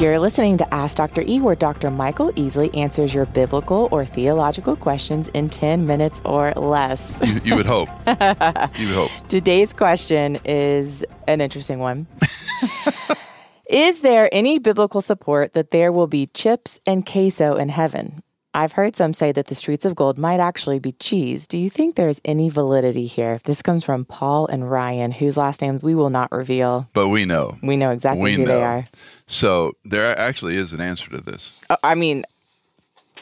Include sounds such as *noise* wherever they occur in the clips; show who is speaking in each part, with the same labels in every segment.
Speaker 1: You're listening to Ask Dr. E, where Dr. Michael Easley answers your biblical or theological questions in 10 minutes or less. *laughs*
Speaker 2: You, you would hope. you would hope.
Speaker 1: Today's question is an interesting
Speaker 2: *laughs*
Speaker 1: one. is there any biblical support that there will be chips and queso in heaven? I've heard some say that the streets of gold might actually be cheese. Do you think there's any validity here? This comes from Paul and Ryan, whose last names we will not reveal.
Speaker 2: But we know.
Speaker 1: We know exactly
Speaker 2: We
Speaker 1: who
Speaker 2: know.
Speaker 1: they are.
Speaker 2: So there actually is an answer to this.
Speaker 1: Oh, I mean,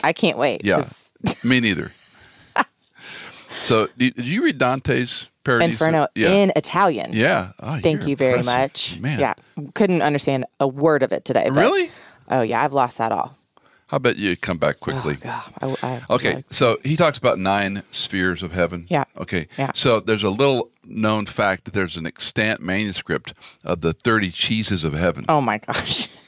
Speaker 1: I can't wait.
Speaker 2: Yeah.
Speaker 1: 'cause *laughs*
Speaker 2: Me neither. so did, did you read Dante's Paradiso?
Speaker 1: Inferno
Speaker 2: Yeah.
Speaker 1: in Italian.
Speaker 2: yeah. Oh,
Speaker 1: Thank
Speaker 2: you're
Speaker 1: you very much.
Speaker 2: impressive. Man.
Speaker 1: Yeah. Couldn't understand a word of it today. but-
Speaker 2: Really?
Speaker 1: Oh, yeah. I've lost that all. Oh,
Speaker 2: How about you come back quickly?
Speaker 1: God, I- I-
Speaker 2: Okay,
Speaker 1: like-
Speaker 2: so he talks about nine spheres of heaven.
Speaker 1: Yeah.
Speaker 2: Okay.
Speaker 1: Yeah.
Speaker 2: So there's a little known fact that there's an extant manuscript of the 30 cheeses of heaven.
Speaker 1: oh, my gosh. *laughs*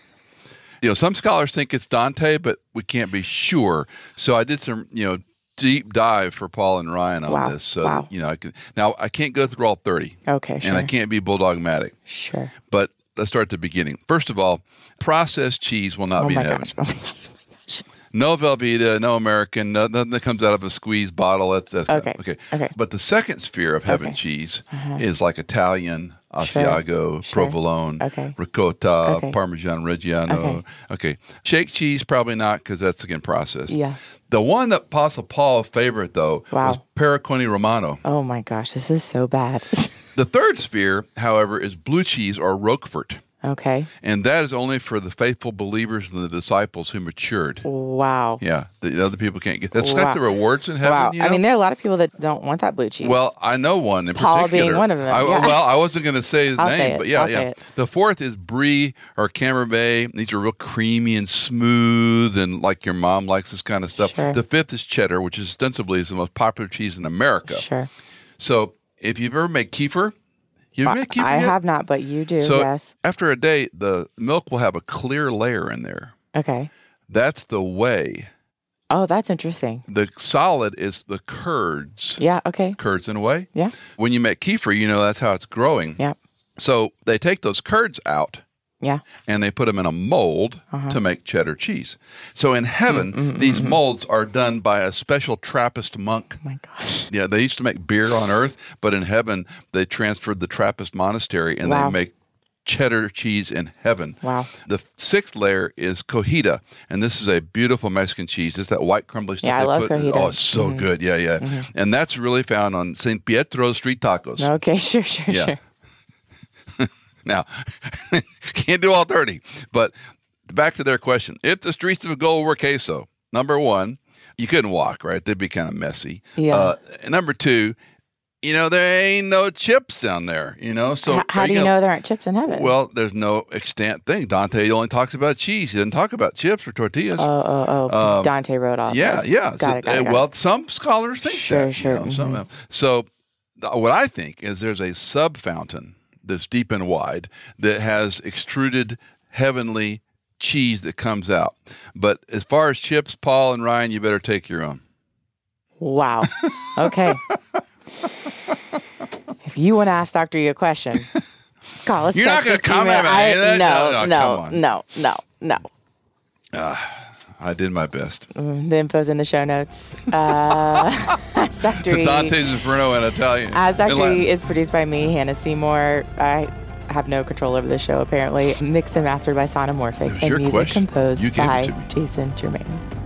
Speaker 2: You know, some scholars think it's Dante, but we can't be sure. So I did some, you know, deep dive for Paul and Ryan on
Speaker 1: Wow.
Speaker 2: this. So
Speaker 1: Wow.
Speaker 2: you know, I can now I can't go through all 30.
Speaker 1: Okay,
Speaker 2: And I
Speaker 1: sure.
Speaker 2: can't be bulldogmatic.
Speaker 1: Sure.
Speaker 2: But let's start at the beginning. First of all, processed cheese will not
Speaker 1: Oh,
Speaker 2: be
Speaker 1: my
Speaker 2: in heaven.
Speaker 1: gosh. Oh, my gosh.
Speaker 2: No Velveeta, no American, no, nothing that comes out of a squeeze bottle. That's, that's
Speaker 1: Okay.
Speaker 2: okay.
Speaker 1: Okay.
Speaker 2: But the second sphere of heaven
Speaker 1: Okay. Uh-huh.
Speaker 2: cheese is like Italian, Asiago,
Speaker 1: Sure.
Speaker 2: provolone,
Speaker 1: Okay.
Speaker 2: ricotta,
Speaker 1: Okay.
Speaker 2: Parmesan Reggiano.
Speaker 1: Okay.
Speaker 2: Okay. Shake cheese probably not because that's again processed.
Speaker 1: Yeah.
Speaker 2: The one that Apostle Paul favorite though
Speaker 1: Wow.
Speaker 2: was Pericone Romano.
Speaker 1: Oh, my gosh. This is so bad. *laughs*
Speaker 2: The third sphere, however, is blue cheese or Roquefort,
Speaker 1: okay.
Speaker 2: and that is only for the faithful believers and the disciples who matured.
Speaker 1: Wow.
Speaker 2: Yeah, the other people can't get. That's
Speaker 1: Wow.
Speaker 2: not the rewards in heaven.
Speaker 1: Wow.
Speaker 2: you know?
Speaker 1: I mean, there are a lot of people that don't want that blue cheese.
Speaker 2: Well, I know one in
Speaker 1: Paul
Speaker 2: particular.
Speaker 1: being one of them,
Speaker 2: I,
Speaker 1: yeah.
Speaker 2: Well, I wasn't going to say
Speaker 1: *laughs*
Speaker 2: his
Speaker 1: I'll
Speaker 2: name,
Speaker 1: say it,
Speaker 2: but yeah,
Speaker 1: I'll say
Speaker 2: yeah.
Speaker 1: it.
Speaker 2: The fourth is brie or camembert. These are real creamy and smooth, and like your mom likes this kind of stuff.
Speaker 1: Sure.
Speaker 2: The fifth is cheddar, which is ostensibly is the most popular cheese in America.
Speaker 1: sure.
Speaker 2: So, if you've ever made kefir, you've made kefir.
Speaker 1: I
Speaker 2: yet?
Speaker 1: have not, but you do.
Speaker 2: So
Speaker 1: yes.
Speaker 2: after a day, the milk will have a clear layer in there.
Speaker 1: Okay.
Speaker 2: That's the way.
Speaker 1: Oh, that's interesting.
Speaker 2: The solid is the curds.
Speaker 1: Yeah. Okay.
Speaker 2: Curds in a way.
Speaker 1: Yeah.
Speaker 2: When you make kefir, you know that's how it's growing.
Speaker 1: Yeah.
Speaker 2: So they take those curds out
Speaker 1: Yeah. Oh,
Speaker 2: and they put them in a mold to make cheddar cheese. So in heaven, these molds are done by a special Trappist monk.
Speaker 1: Oh, my gosh.
Speaker 2: Yeah, they used to make beer on earth, but in heaven, they transferred the Trappist monastery and
Speaker 1: Wow.
Speaker 2: they make cheddar cheese in heaven.
Speaker 1: Wow.
Speaker 2: The sixth layer is cojita, and this is a beautiful Mexican cheese. It's that white crumbly stuff
Speaker 1: Yeah, I
Speaker 2: they
Speaker 1: love
Speaker 2: put
Speaker 1: cojita. Mm-hmm.
Speaker 2: Oh, it's so good. Yeah, yeah. And that's really found on St. Pietro street tacos.
Speaker 1: Okay. *laughs* Sure. Sure.
Speaker 2: Yeah.
Speaker 1: Sure.
Speaker 2: Now, *laughs* can't do all 30, but back to their question. If the streets of gold were queso, number one, you couldn't walk, right? They'd be kind of messy.
Speaker 1: Yeah.
Speaker 2: Uh, and number two, you know, there ain't no chips down there, you know? So,
Speaker 1: H- how
Speaker 2: are
Speaker 1: do you
Speaker 2: gonna-
Speaker 1: know there aren't chips in heaven?
Speaker 2: Well, there's no extant thing. Dante only talks about cheese. He doesn't talk about chips or tortillas.
Speaker 1: Oh, oh, oh! 'cause
Speaker 2: Um,
Speaker 1: Dante wrote off.
Speaker 2: yeah,
Speaker 1: this.
Speaker 2: yeah.
Speaker 1: Got
Speaker 2: So,
Speaker 1: it. Got
Speaker 2: uh,
Speaker 1: it. Got
Speaker 2: well,
Speaker 1: it.
Speaker 2: some scholars think
Speaker 1: Sure,
Speaker 2: that. you
Speaker 1: sure, Mm-hmm.
Speaker 2: know, some- so, th- what I think is there's a sub fountain that's deep and wide that has extruded heavenly cheese that comes out. But as far as chips, Paul and Ryan, you better take your own.
Speaker 1: *laughs* Wow.
Speaker 2: *laughs*
Speaker 1: Okay. if you want to ask Doctor E a question, call us.
Speaker 2: You're not
Speaker 1: text us,
Speaker 2: gonna comment
Speaker 1: email-
Speaker 2: about any of
Speaker 1: I,
Speaker 2: that?
Speaker 1: no,
Speaker 2: No, no,
Speaker 1: no,
Speaker 2: come on.
Speaker 1: no, no, no.
Speaker 2: I did my best.
Speaker 1: The info's in the show notes. Uh, *laughs* ask Doctor
Speaker 2: To
Speaker 1: E.
Speaker 2: Dante's Inferno in Italian.
Speaker 1: As
Speaker 2: in
Speaker 1: Dr.
Speaker 2: Latin.
Speaker 1: E is produced by me, Hannah Seymour. I have no control over the show, apparently. Mixed and mastered by Sonomorphic. And
Speaker 2: was your
Speaker 1: music
Speaker 2: question.
Speaker 1: composed
Speaker 2: You gave it
Speaker 1: by
Speaker 2: to me.
Speaker 1: Jason Germain.